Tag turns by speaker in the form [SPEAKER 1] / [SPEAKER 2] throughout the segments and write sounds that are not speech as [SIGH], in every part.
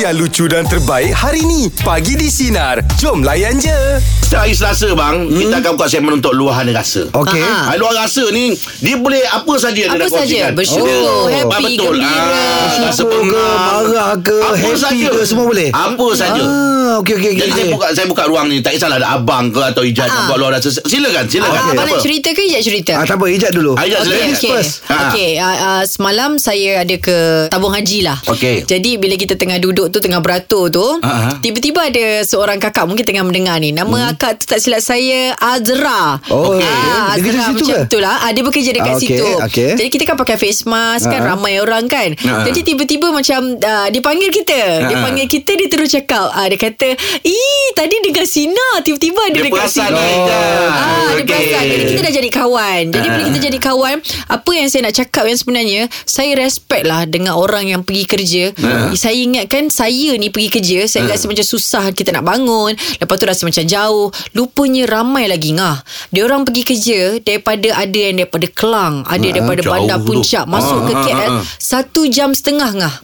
[SPEAKER 1] yang lucu dan terbaik hari ni. Pagi di Sinar. Jom layan je.
[SPEAKER 2] Setiap hari Selasa bang hmm. Kita akan buka segmen Untuk luahan rasa
[SPEAKER 1] Okey.
[SPEAKER 2] Ah, luahan rasa ni Dia boleh apa saja yang dia
[SPEAKER 3] Apa
[SPEAKER 2] nak
[SPEAKER 3] saja.
[SPEAKER 2] kongsikan
[SPEAKER 3] Bersyukur,
[SPEAKER 2] Dia- Ah,
[SPEAKER 3] happy, gembira.
[SPEAKER 2] Rasa
[SPEAKER 4] Syukur ke,
[SPEAKER 2] pengang.
[SPEAKER 4] marah ke, happy ke, semua boleh?
[SPEAKER 2] Apa saja
[SPEAKER 4] Ah, okey okey okey.
[SPEAKER 2] Jadi saya buka, saya buka ruang ni Tak kisahlah ada abang ke Atau ijaz
[SPEAKER 3] Ah.
[SPEAKER 2] Buat luahan rasa Silakan Silakan
[SPEAKER 3] Abang,
[SPEAKER 2] Tak
[SPEAKER 3] abang
[SPEAKER 2] apa.
[SPEAKER 3] nak cerita ke Ijat cerita?
[SPEAKER 4] Ah, tak apa, ijat dulu.
[SPEAKER 2] Ah, Ijat,
[SPEAKER 3] Okey,
[SPEAKER 2] silakan.
[SPEAKER 3] okey.
[SPEAKER 4] first. Ha.
[SPEAKER 2] Ah.
[SPEAKER 3] Okey, ah, ah, semalam saya ada ke tabung haji lah.
[SPEAKER 2] Okey.
[SPEAKER 3] Jadi bila kita tengah duduk tu tengah beratur tu,
[SPEAKER 4] Uh-huh.
[SPEAKER 2] Ah, ah.
[SPEAKER 3] tiba-tiba ada seorang kakak mungkin tengah mendengar ni. Nama akak tu tak silap saya Azra.
[SPEAKER 4] Hmm. Oh, okey.
[SPEAKER 3] ah,
[SPEAKER 4] Dia kerja
[SPEAKER 3] Azra
[SPEAKER 4] situ
[SPEAKER 3] macam
[SPEAKER 4] ke?
[SPEAKER 3] tu lah. Ah, dia bekerja dekat
[SPEAKER 4] Ah, okey,
[SPEAKER 3] situ.
[SPEAKER 4] okey.
[SPEAKER 3] Jadi kita kan pakai face mask kan
[SPEAKER 4] Ah, ah.
[SPEAKER 3] ramai orang kan.
[SPEAKER 2] Ah, ah.
[SPEAKER 3] Jadi tiba-tiba macam ah, dia panggil kita. Dia
[SPEAKER 4] Uh-huh.
[SPEAKER 2] Ah, ah.
[SPEAKER 3] panggil kita dia terus cakap ah, dia kata, "Ih, tadi dengar Sina tiba-tiba ada
[SPEAKER 2] Dia
[SPEAKER 3] dekat
[SPEAKER 2] perasan
[SPEAKER 3] sini."
[SPEAKER 2] kita.
[SPEAKER 3] Ah, dia
[SPEAKER 2] Okey.
[SPEAKER 3] perasan. Jadi kita dah jadi kawan. Jadi bila
[SPEAKER 2] Ah.
[SPEAKER 3] kita jadi kawan, apa yang saya nak cakap yang sebenarnya, saya respect lah dengan orang yang pergi kerja. Saya ingatkan saya ni pergi kerja, saya rasa macam susah kita nak bangun. Lepas tu rasa macam jauh. Lupanya ramai lagi ngah. Dia orang pergi kerja daripada ada yang daripada Kelang, ada daripada
[SPEAKER 2] jauh
[SPEAKER 3] bandar
[SPEAKER 2] tu.
[SPEAKER 3] Puncak masuk
[SPEAKER 2] Ah,
[SPEAKER 3] ke
[SPEAKER 2] ah,
[SPEAKER 3] KL
[SPEAKER 2] ah. Hmm.
[SPEAKER 3] satu jam setengah ngah.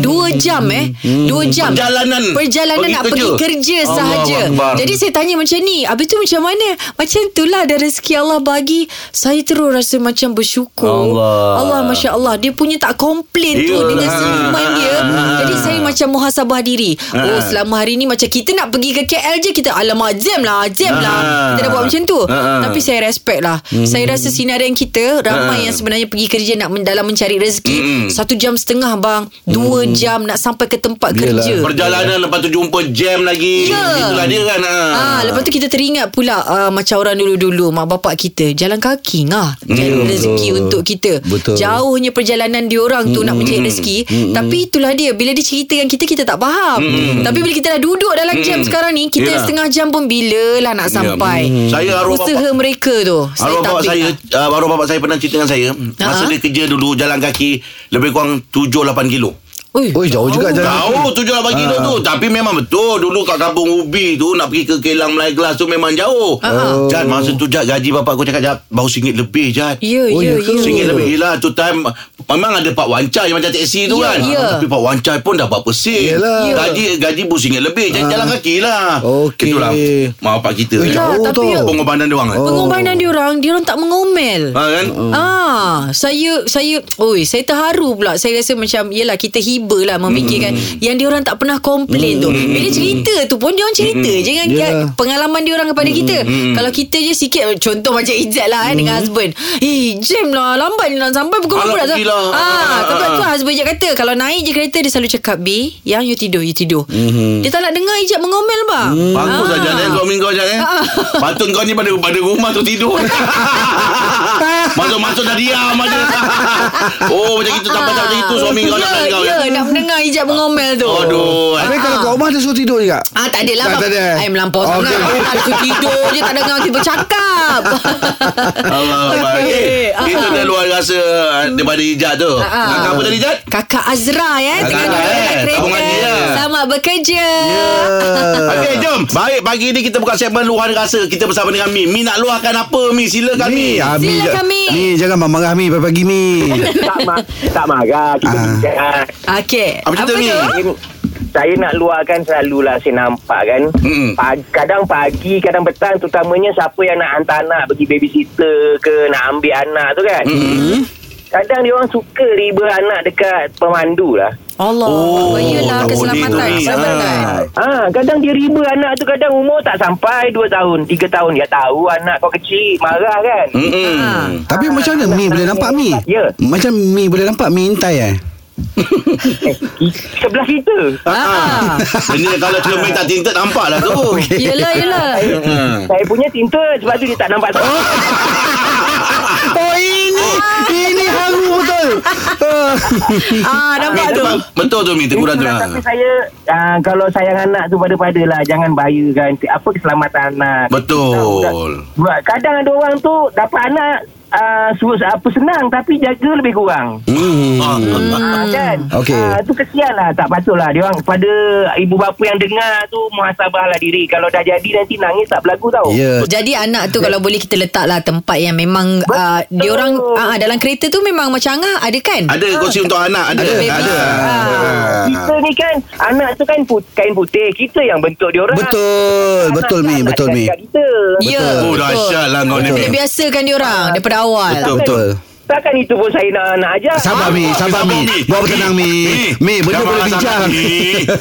[SPEAKER 3] Dua jam eh. Dua jam.
[SPEAKER 2] Perjalanan.
[SPEAKER 3] Perjalanan
[SPEAKER 2] Pergi
[SPEAKER 3] nak
[SPEAKER 2] kerja.
[SPEAKER 3] pergi kerja
[SPEAKER 2] Allah
[SPEAKER 3] sahaja.
[SPEAKER 2] Akbar.
[SPEAKER 3] Jadi saya tanya macam ni Habis tu macam mana Macam itulah Ada rezeki Allah bagi Saya terus rasa macam bersyukur
[SPEAKER 2] Allah.
[SPEAKER 3] Allah Masya Allah Dia punya tak komplain tu
[SPEAKER 2] Yalah.
[SPEAKER 3] Dengan senyuman dia Jadi saya macam muhasabah diri Oh selama hari ni Macam kita nak pergi ke KL je Kita alamak jam lah Jam lah Kita dah buat macam tu
[SPEAKER 2] Ah.
[SPEAKER 3] Tapi saya respect lah Saya rasa sinarian kita Ramai yang sebenarnya pergi kerja nak men- Dalam mencari rezeki Satu jam setengah bang Dua jam nak sampai ke tempat
[SPEAKER 4] Yelah.
[SPEAKER 3] kerja
[SPEAKER 2] Perjalanan Lepas tu jumpa jam lagi
[SPEAKER 3] Ya.
[SPEAKER 2] Itulah dia kan ah.
[SPEAKER 3] Ah, lepas tu kita teringat pula uh, macam orang dulu-dulu mak bapak kita jalan kaki ngah
[SPEAKER 2] Hmm,
[SPEAKER 3] cari rezeki untuk kita.
[SPEAKER 4] Betul.
[SPEAKER 3] Jauhnya perjalanan diorang tu nak
[SPEAKER 2] Hmm,
[SPEAKER 3] mencari rezeki, tapi itulah dia bila dia cerita dengan kita kita tak faham.
[SPEAKER 2] Hmm,
[SPEAKER 3] Tapi bila kita dah duduk dalam jam sekarang ni kita
[SPEAKER 2] Yelah.
[SPEAKER 3] setengah jam pun bilalah nak sampai.
[SPEAKER 2] Mm. Saya arwah
[SPEAKER 3] usaha
[SPEAKER 2] bapak-
[SPEAKER 3] mereka tu.
[SPEAKER 2] Arwah bapak
[SPEAKER 3] tabik
[SPEAKER 2] saya
[SPEAKER 3] lah.
[SPEAKER 2] uh, Arwah bapak saya pernah cerita dengan saya Masa
[SPEAKER 3] Ha?
[SPEAKER 2] dia kerja dulu Jalan kaki Lebih kurang 7-8 kilo
[SPEAKER 3] Ui,
[SPEAKER 4] Oi,
[SPEAKER 2] Oh,
[SPEAKER 4] jauh juga jalan.
[SPEAKER 2] Tahu tu jalan bagi dia tu
[SPEAKER 4] Ah.
[SPEAKER 2] Tapi memang betul Dulu kat kampung Ubi tu Nak pergi ke Kelang Melayu Kelas tu memang jauh
[SPEAKER 3] Ah.
[SPEAKER 2] Jad masa tu Jad gaji bapak aku cakap Jad Baru singgit lebih Jad
[SPEAKER 3] Ya,
[SPEAKER 4] Oh, ya
[SPEAKER 3] ya,
[SPEAKER 4] ke?
[SPEAKER 3] ya.
[SPEAKER 2] Singgit lebih Yelah tu time Memang ada Pak Wancai Yang macam teksi tu
[SPEAKER 3] Ya,
[SPEAKER 2] kan
[SPEAKER 3] ya.
[SPEAKER 2] Tapi Pak Wancai pun dah berapa sen
[SPEAKER 4] Yelah. Ah.
[SPEAKER 3] Ya.
[SPEAKER 2] Gaji gaji pun singgit lebih Jad jalan kaki lah
[SPEAKER 4] Okey.
[SPEAKER 2] Itulah Mak bapak kita
[SPEAKER 4] Eh,
[SPEAKER 3] Dah,
[SPEAKER 4] jauh tu.
[SPEAKER 3] tapi ya-
[SPEAKER 2] Pengorbanan dia orang
[SPEAKER 4] Oh.
[SPEAKER 2] kan
[SPEAKER 3] Pengorbanan diorang Diorang tak mengomel
[SPEAKER 2] Ha kan
[SPEAKER 3] Ah, saya saya oi, saya terharu pula. Saya rasa macam yelah kita hiba lah memikirkan
[SPEAKER 2] Hmm.
[SPEAKER 3] yang diorang tak pernah komplain tu. Bila cerita tu pun diorang cerita
[SPEAKER 2] Hmm.
[SPEAKER 3] je dengan
[SPEAKER 4] Yeah.
[SPEAKER 3] yeah. pengalaman diorang kepada kita. Kalau kita je sikit contoh macam Izzat lah dengan
[SPEAKER 2] Hmm.
[SPEAKER 3] husband. Eh, jam lah lambat ni nak sampai pukul
[SPEAKER 2] Alah,
[SPEAKER 3] berapa dah.
[SPEAKER 2] pergilah.
[SPEAKER 3] Ah, tapi
[SPEAKER 2] Ah.
[SPEAKER 3] tu husband Izzat kata kalau naik je kereta dia selalu cakap, "B, yang you tidur, you tidur." Dia tak nak dengar Izzat mengomel Ah. bang.
[SPEAKER 2] Hmm. Bagus lah jalan suami kau jalan eh.
[SPEAKER 3] Ah.
[SPEAKER 2] Patut kau ni pada pada rumah tu
[SPEAKER 3] [LAUGHS]
[SPEAKER 2] tidur. Masuk-masuk dah diam aja. Oh macam itu sampai tak macam itu suami kau nak kau.
[SPEAKER 3] Ya,
[SPEAKER 2] eh.
[SPEAKER 3] ya, nak mendengar Ijat mengomel tu.
[SPEAKER 2] Aduh. eh.
[SPEAKER 4] Habis kalau kat rumah dia suruh tidur juga.
[SPEAKER 3] Ah tak adalah
[SPEAKER 4] Tak,
[SPEAKER 3] bang.
[SPEAKER 4] tak ada.
[SPEAKER 3] I melampau
[SPEAKER 4] Oh,
[SPEAKER 3] sangat.
[SPEAKER 4] okey.
[SPEAKER 3] Orang tu tidur je tak dengar kita
[SPEAKER 2] [LAUGHS]
[SPEAKER 3] bercakap. [LAUGHS]
[SPEAKER 2] Allah Allah. Eh,
[SPEAKER 3] Ah.
[SPEAKER 2] Itu dah luar rasa daripada hijab tu.
[SPEAKER 3] Ah.
[SPEAKER 2] Kakak apa tadi hijab?
[SPEAKER 3] Kakak Azra ya
[SPEAKER 2] Kakak
[SPEAKER 3] tengah
[SPEAKER 2] Azra,
[SPEAKER 3] duduk
[SPEAKER 2] eh.
[SPEAKER 3] dekat
[SPEAKER 2] Tabung
[SPEAKER 3] kereta.
[SPEAKER 2] haji, ya.
[SPEAKER 3] Selamat bekerja. Ah.
[SPEAKER 2] Okey, jom. Baik, pagi ni kita buka segmen luahan rasa. Kita bersama dengan Mi. Mi nak luahkan apa, Mi? Silakan, Mi.
[SPEAKER 4] Mi, ah, Mi,
[SPEAKER 3] Silakan, Mi.
[SPEAKER 4] Mi, jangan marah Mi pagi-pagi Mi.
[SPEAKER 5] tak, ma- tak marah kita
[SPEAKER 4] Ah.
[SPEAKER 5] bincang.
[SPEAKER 3] Okey.
[SPEAKER 2] Apa cerita ni?
[SPEAKER 5] Saya nak luahkan selalulah saya nampak kan
[SPEAKER 2] Mm-mm.
[SPEAKER 5] Pag- Kadang pagi, kadang petang Terutamanya siapa yang nak hantar anak Pergi babysitter ke nak ambil anak tu kan
[SPEAKER 2] Mm-mm.
[SPEAKER 5] Kadang dia orang suka riba anak dekat pemandu lah
[SPEAKER 3] Allah. Oh, Yalah
[SPEAKER 2] tak boleh
[SPEAKER 3] keselamatan.
[SPEAKER 2] tu, Mi.
[SPEAKER 3] Keselamatan.
[SPEAKER 2] Ah.
[SPEAKER 5] Ha, kadang dia riba anak tu kadang umur tak sampai 2 tahun, 3 tahun. Ya tahu anak kau kecil, marah kan.
[SPEAKER 2] Mm-mm.
[SPEAKER 3] Ah.
[SPEAKER 4] Tapi macam mana Mi boleh nampak Mi?
[SPEAKER 5] Ya.
[SPEAKER 4] Macam Mi boleh nampak Mi intai eh?
[SPEAKER 5] Eh,
[SPEAKER 2] Mm.
[SPEAKER 5] i- sebelah kita.
[SPEAKER 2] [LAUGHS]
[SPEAKER 3] Ah.
[SPEAKER 2] Ini kalau cuma Mi tak tinted nampak lah tu.
[SPEAKER 3] Yelah, yelah.
[SPEAKER 2] Hmm.
[SPEAKER 5] Saya punya tinta sebab tu dia tak
[SPEAKER 2] [LAUGHS]
[SPEAKER 5] nampak saya.
[SPEAKER 4] Oh ini, ini haru betul.
[SPEAKER 3] Ah, nampak tu.
[SPEAKER 2] Betul- Betul tu Mi, teguran tu.
[SPEAKER 5] Itulah,
[SPEAKER 2] ah.
[SPEAKER 5] Tapi saya uh, Kalau sayang anak tu pada-pada lah Jangan bahayakan Apa keselamatan anak
[SPEAKER 2] Betul.
[SPEAKER 5] Buat- Kadang ada orang tu Dapat anak uh, suruh apa senang tapi jaga lebih kurang.
[SPEAKER 2] Hmm.
[SPEAKER 5] Ah, kan?
[SPEAKER 4] Okey.
[SPEAKER 5] Ah, tu kesian lah. Tak patutlah. Dia orang pada ibu bapa yang dengar tu muhasabahlah diri. Kalau dah jadi nanti nangis tak berlaku tau.
[SPEAKER 4] [LAUGHS] Ya.
[SPEAKER 3] Jadi anak tu kalau boleh kita letaklah tempat yang memang uh, diorang uh, dalam kereta tu memang macam Angah ada kan?
[SPEAKER 2] Ada kursi untuk anak ada
[SPEAKER 3] Ada baby.
[SPEAKER 2] ada.
[SPEAKER 5] Kita ni kan anak tu kan put, kain putih. Kita yang bentuk dia orang.
[SPEAKER 4] Betul, betul Mi, betul Mi.
[SPEAKER 5] Kita.
[SPEAKER 3] Ya.
[SPEAKER 2] Oh Ah. dahsyatlah kau ni.
[SPEAKER 3] Betul.
[SPEAKER 2] Mi.
[SPEAKER 3] Kita biasakan diorang daripada awal.
[SPEAKER 4] Betul, betul.
[SPEAKER 5] Kan? Takkan itu pun saya nak anak ajar.
[SPEAKER 4] Sabar Mi, sabar Mi. Buat bertenang Mi. Mi,
[SPEAKER 2] jangan
[SPEAKER 4] benda boleh
[SPEAKER 2] marah
[SPEAKER 4] bincang.
[SPEAKER 2] sangat, Mi.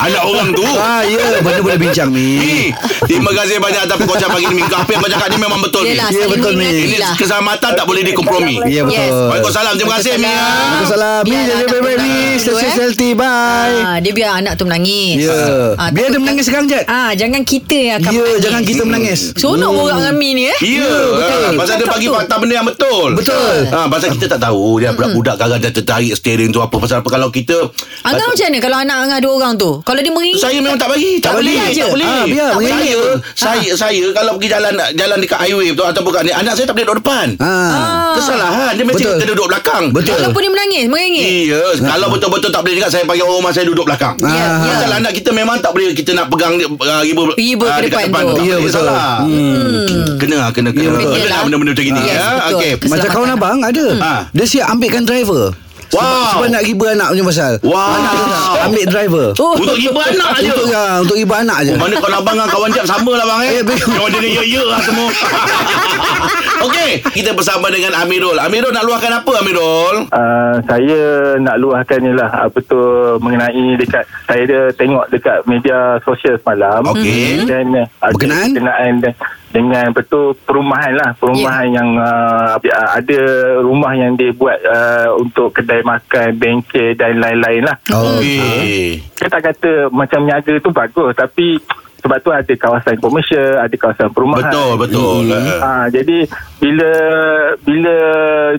[SPEAKER 2] Anak orang tu.
[SPEAKER 4] Ah, ya, benda boleh bincang Mi.
[SPEAKER 2] Mi, terima kasih banyak atas perkongsian pagi ni. Mi. Apa yang kau cakap ni memang betul. Mi.
[SPEAKER 3] Yelah,
[SPEAKER 4] Ya,
[SPEAKER 3] saling
[SPEAKER 4] betul, Mi.
[SPEAKER 2] Ini
[SPEAKER 3] mengingati lah.
[SPEAKER 2] keselamatan tak boleh dikompromi.
[SPEAKER 4] Ya,
[SPEAKER 3] Yes.
[SPEAKER 4] betul.
[SPEAKER 2] Waalaikumsalam. Terima kasih, Mi. ya.
[SPEAKER 4] Waalaikumsalam. Mi,
[SPEAKER 3] Biar
[SPEAKER 4] jadi
[SPEAKER 3] anak
[SPEAKER 4] baik-baik Mi.
[SPEAKER 3] bertanggung
[SPEAKER 4] Stay
[SPEAKER 3] dulu,
[SPEAKER 4] safe,
[SPEAKER 3] eh.
[SPEAKER 4] healthy. Bye.
[SPEAKER 3] Ah, dia biar anak tu menangis.
[SPEAKER 4] Ya.
[SPEAKER 3] Ah,
[SPEAKER 4] Biar
[SPEAKER 3] takut-
[SPEAKER 4] dia menangis sekarang, Jad.
[SPEAKER 3] Ah, jangan kita yang akan
[SPEAKER 4] Ya,
[SPEAKER 3] menangis.
[SPEAKER 4] jangan kita menangis.
[SPEAKER 3] Seronok hmm. orang dengan Mi ni eh.
[SPEAKER 2] Ya, betul. Pasal dia
[SPEAKER 3] Cakap
[SPEAKER 2] bagi
[SPEAKER 3] tu.
[SPEAKER 2] fakta benda yang betul.
[SPEAKER 4] Betul.
[SPEAKER 2] Ha, pasal kita tak tahu dia budak-budak kadang dia tertarik steering tu apa pasal apa kalau kita ah,
[SPEAKER 3] Angah macam mana kalau anak Angah dua orang tu? Kalau dia mengi
[SPEAKER 2] saya memang tak bagi
[SPEAKER 3] Tak
[SPEAKER 2] Tak, boleh
[SPEAKER 3] boleh aja.
[SPEAKER 2] Tak boleh
[SPEAKER 4] Ah, biar,
[SPEAKER 2] Tak
[SPEAKER 4] mengelak
[SPEAKER 2] Saya
[SPEAKER 4] tu.
[SPEAKER 2] Saya saya Kalau pergi jalan Jalan dekat highway tu Ataupun kat ni Anak saya tak boleh duduk depan
[SPEAKER 4] Ah.
[SPEAKER 2] Kesalahan Dia mesti
[SPEAKER 4] Betul.
[SPEAKER 2] kena duduk belakang
[SPEAKER 4] Betul.
[SPEAKER 3] Walaupun dia menangis, menangis.
[SPEAKER 2] Iya Kalau betul-betul tak boleh dekat Saya panggil orang rumah saya duduk belakang
[SPEAKER 4] Ya,
[SPEAKER 2] Ah.
[SPEAKER 3] ya.
[SPEAKER 2] Pasal anak kita memang tak boleh Kita nak pegang dia, uh, Riba
[SPEAKER 3] Riba
[SPEAKER 2] ah,
[SPEAKER 3] ke
[SPEAKER 2] dekat
[SPEAKER 3] depan tu.
[SPEAKER 2] Tak
[SPEAKER 4] Ya,
[SPEAKER 2] boleh,
[SPEAKER 4] betul.
[SPEAKER 2] Salah Hmm. Kena Kena Kena
[SPEAKER 4] betul.
[SPEAKER 2] Kena lah benda-benda macam ni
[SPEAKER 3] Yes,
[SPEAKER 2] ya.
[SPEAKER 3] betul.
[SPEAKER 2] Okey
[SPEAKER 4] Macam kawan
[SPEAKER 3] Keselamatan.
[SPEAKER 4] abang ada.
[SPEAKER 2] Ha.
[SPEAKER 4] Dia siap ambilkan driver. Sebab-
[SPEAKER 2] Wow.
[SPEAKER 4] Sebab nak riba anak punya pasal.
[SPEAKER 2] Ah. Wow.
[SPEAKER 4] Anak tu tak ambil driver.
[SPEAKER 3] Oh.
[SPEAKER 2] Untuk riba anak je
[SPEAKER 4] Untuk ah, untuk riba anak je.
[SPEAKER 2] Oh, mana kawan abang dengan kawan jap sama lah bang eh.
[SPEAKER 4] Eh, betul.
[SPEAKER 2] Kawan dia ni ya-ya lah
[SPEAKER 4] [LAUGHS]
[SPEAKER 2] semua. Okey, kita bersama dengan Amirul. Amirul nak luahkan apa Amirul?
[SPEAKER 6] Uh, saya nak luahkan ni lah apa tu mengenai dekat saya dia tengok dekat media sosial semalam
[SPEAKER 2] Okey.
[SPEAKER 6] dan uh,
[SPEAKER 4] Berkenaan?
[SPEAKER 6] berkenaan de- dengan apa tu perumahan lah perumahan yeah. yang uh, ada rumah yang dibuat uh, untuk kedai makan bengkel dan lain-lain lah
[SPEAKER 4] Oh.
[SPEAKER 2] Okey.
[SPEAKER 6] saya tak kata macam niaga tu bagus tapi sebab tu ada kawasan komersial ada kawasan perumahan
[SPEAKER 2] Betul, betul. Ah.
[SPEAKER 6] Ha, jadi bila bila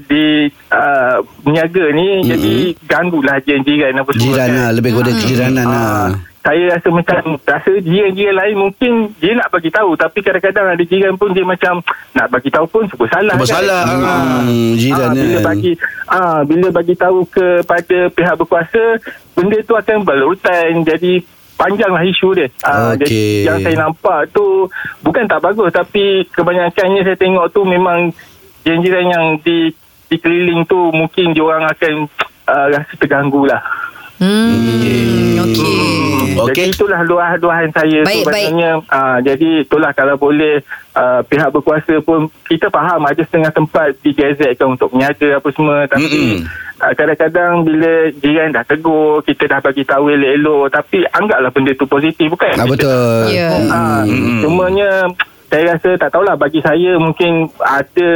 [SPEAKER 6] di uh, niaga ni mm-hmm. jadi ganggulah jiran-jiran apa semua. kan.
[SPEAKER 4] Jiran lah. Lebih kepada
[SPEAKER 3] Ah.
[SPEAKER 4] kejiranan
[SPEAKER 6] Ha,
[SPEAKER 4] lah.
[SPEAKER 6] saya rasa macam rasa jiran-jiran lain mungkin dia nak bagi tahu tapi kadang-kadang ada jiran pun dia macam nak bagi tahu pun sebab salah.
[SPEAKER 2] Serba
[SPEAKER 6] kan?
[SPEAKER 2] salah.
[SPEAKER 4] Hmm, jiran
[SPEAKER 6] Ah, bila
[SPEAKER 4] kan.
[SPEAKER 6] bagi ah bila bagi tahu kepada pihak berkuasa benda tu akan berlarutan jadi panjanglah isu dia. Ah
[SPEAKER 4] Okey.
[SPEAKER 6] jadi yang saya nampak tu bukan tak bagus tapi kebanyakannya saya tengok tu memang jiran-jiran yang di dikeliling tu mungkin diorang akan uh, rasa terganggu lah.
[SPEAKER 3] Hmm. Okey.
[SPEAKER 2] Okey.
[SPEAKER 6] Jadi itulah luah-luahan saya
[SPEAKER 3] Baik,
[SPEAKER 6] tu sebenarnya. Uh, jadi itulah kalau boleh uh, pihak berkuasa pun kita faham ada setengah tempat digazetkan kan untuk meniaga apa semua tapi
[SPEAKER 2] Mm-mm.
[SPEAKER 6] uh, kadang-kadang bila jiran dah tegur kita dah bagi tahu elok-elok tapi anggaplah benda tu positif bukan?
[SPEAKER 4] Ah, betul.
[SPEAKER 3] Ya.
[SPEAKER 6] Ah,
[SPEAKER 2] Mm-mm.
[SPEAKER 6] Cumanya saya rasa tak tahulah bagi saya mungkin ada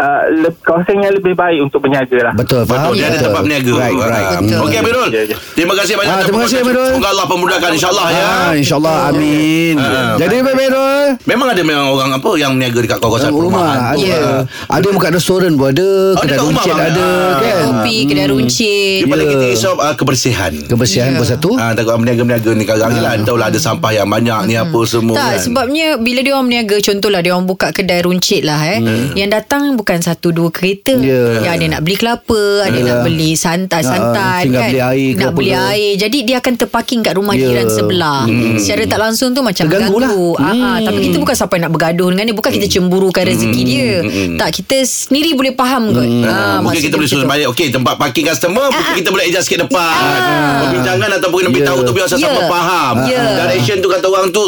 [SPEAKER 6] uh, le- kawasan yang lebih baik untuk
[SPEAKER 4] [LAUGHS]
[SPEAKER 6] berniaga lah.
[SPEAKER 4] Betul,
[SPEAKER 2] Betul,
[SPEAKER 4] faham?
[SPEAKER 2] dia ada
[SPEAKER 4] Betul.
[SPEAKER 2] tempat berniaga.
[SPEAKER 4] Right, right. Hmm.
[SPEAKER 2] Ah.
[SPEAKER 3] Betul.
[SPEAKER 2] Okey Amirul.
[SPEAKER 6] Ya, ya.
[SPEAKER 2] Terima kasih banyak.
[SPEAKER 4] Ah,
[SPEAKER 2] atas
[SPEAKER 4] terima kasih,
[SPEAKER 2] perkongsian.
[SPEAKER 4] Amirul.
[SPEAKER 2] Semoga Allah pemudahkan insya-Allah ya.
[SPEAKER 4] Ah, InsyaAllah, amin.
[SPEAKER 2] Ah.
[SPEAKER 4] Jadi baik-baik Rol.
[SPEAKER 2] Memang ada memang orang apa yang berniaga dekat kawasan
[SPEAKER 4] Rumah
[SPEAKER 2] perumahan.
[SPEAKER 4] ada.
[SPEAKER 3] Ya.
[SPEAKER 4] Ada yang buka restoran pun ada, kedai
[SPEAKER 2] dekat Oh, rumah,
[SPEAKER 4] runcit
[SPEAKER 2] bang.
[SPEAKER 4] ada
[SPEAKER 2] Ah.
[SPEAKER 4] kan.
[SPEAKER 3] Kopi, kedai runcit.
[SPEAKER 2] Dia paling
[SPEAKER 4] Ya.
[SPEAKER 2] kita risau ah, kebersihan.
[SPEAKER 4] Kebersihan
[SPEAKER 3] Ya.
[SPEAKER 4] bersatu.
[SPEAKER 2] Ah takut berniaga-berniaga ni sekarang ni lah Entahlah ada sampah yang banyak ni apa semua
[SPEAKER 3] Ah. Hmm. Tak ah,
[SPEAKER 2] kan.
[SPEAKER 3] sebabnya bila dia orang berniaga contohlah dia orang buka kedai runcit lah eh hmm. yang datang bukan satu dua kereta
[SPEAKER 4] Ya.
[SPEAKER 3] yang ada nak beli kelapa ada nak beli
[SPEAKER 4] Ah,
[SPEAKER 3] santan santan
[SPEAKER 4] mesti nak
[SPEAKER 3] kan
[SPEAKER 4] beli air ke
[SPEAKER 3] nak
[SPEAKER 4] apa
[SPEAKER 3] beli
[SPEAKER 4] ke.
[SPEAKER 3] air jadi dia akan terparking kat rumah
[SPEAKER 4] Ya. Hmm.
[SPEAKER 3] jiran sebelah secara tak langsung tu macam
[SPEAKER 4] Terganggu lah. Hmm.
[SPEAKER 3] ganggu ah, ah. tapi kita bukan siapa yang nak bergaduh dengan dia bukan kita cemburukan rezeki dia tak kita sendiri boleh faham kot
[SPEAKER 4] Hmm.
[SPEAKER 2] Ah, mungkin
[SPEAKER 3] maksud
[SPEAKER 2] kita boleh
[SPEAKER 3] dia macam
[SPEAKER 2] suruh
[SPEAKER 3] tu. Ah,
[SPEAKER 2] banyak Okey tempat parking customer Mungkin kita boleh adjust sikit depan Perbincangan ataupun kena beritahu tu Biar
[SPEAKER 3] Ya.
[SPEAKER 2] sama faham
[SPEAKER 3] Ya.
[SPEAKER 2] Direction tu kata orang tu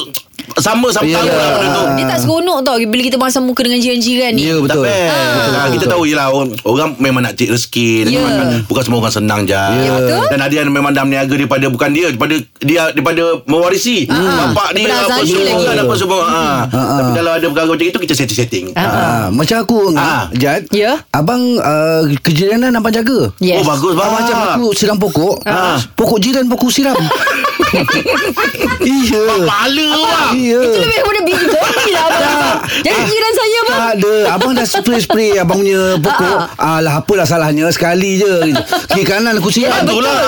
[SPEAKER 2] Sama-sama
[SPEAKER 4] Ya.
[SPEAKER 2] tahu lah benda tu
[SPEAKER 3] dia tak seronok tau bila kita masam muka dengan jiran-jiran ni
[SPEAKER 4] Ya,
[SPEAKER 2] Tak
[SPEAKER 4] betul.
[SPEAKER 2] fair. Ah, kita tahu je lah orang, orang memang nak cik rezeki
[SPEAKER 3] Ya.
[SPEAKER 2] yeah. makan. Bukan semua orang senang je
[SPEAKER 3] Ya, betul.
[SPEAKER 2] Dan ada yang memang dah berniaga Daripada bukan dia Daripada dia daripada mewarisi Bapak dia
[SPEAKER 3] Daripada
[SPEAKER 2] apa
[SPEAKER 3] Azali
[SPEAKER 2] semua
[SPEAKER 3] Ah, lagi.
[SPEAKER 2] kan, apa semua Ah.
[SPEAKER 4] Ah,
[SPEAKER 2] Tapi kalau ada perkara macam itu Kita setting-setting
[SPEAKER 4] Ah, macam aku
[SPEAKER 2] Ah.
[SPEAKER 4] ah. Jad
[SPEAKER 3] Ya.
[SPEAKER 4] Abang uh, Kejiranan abang jaga
[SPEAKER 3] Yes. Ah.
[SPEAKER 2] Oh bagus
[SPEAKER 4] Abang
[SPEAKER 2] bang
[SPEAKER 4] macam aku siram pokok
[SPEAKER 2] Ah.
[SPEAKER 4] Pokok jiran pokok siram Iya
[SPEAKER 2] Kepala wah.
[SPEAKER 4] Iya
[SPEAKER 3] Itu lebih kepada biji kopi lah abang. Jadi jiran saya abang.
[SPEAKER 4] [LAUGHS] Tak ada Abang dah spray-spray Abang punya pokok
[SPEAKER 3] Ah.
[SPEAKER 4] Alah apalah salahnya Sekali je gitu. Kiri kanan aku siap
[SPEAKER 2] Ya, betul. Itulah.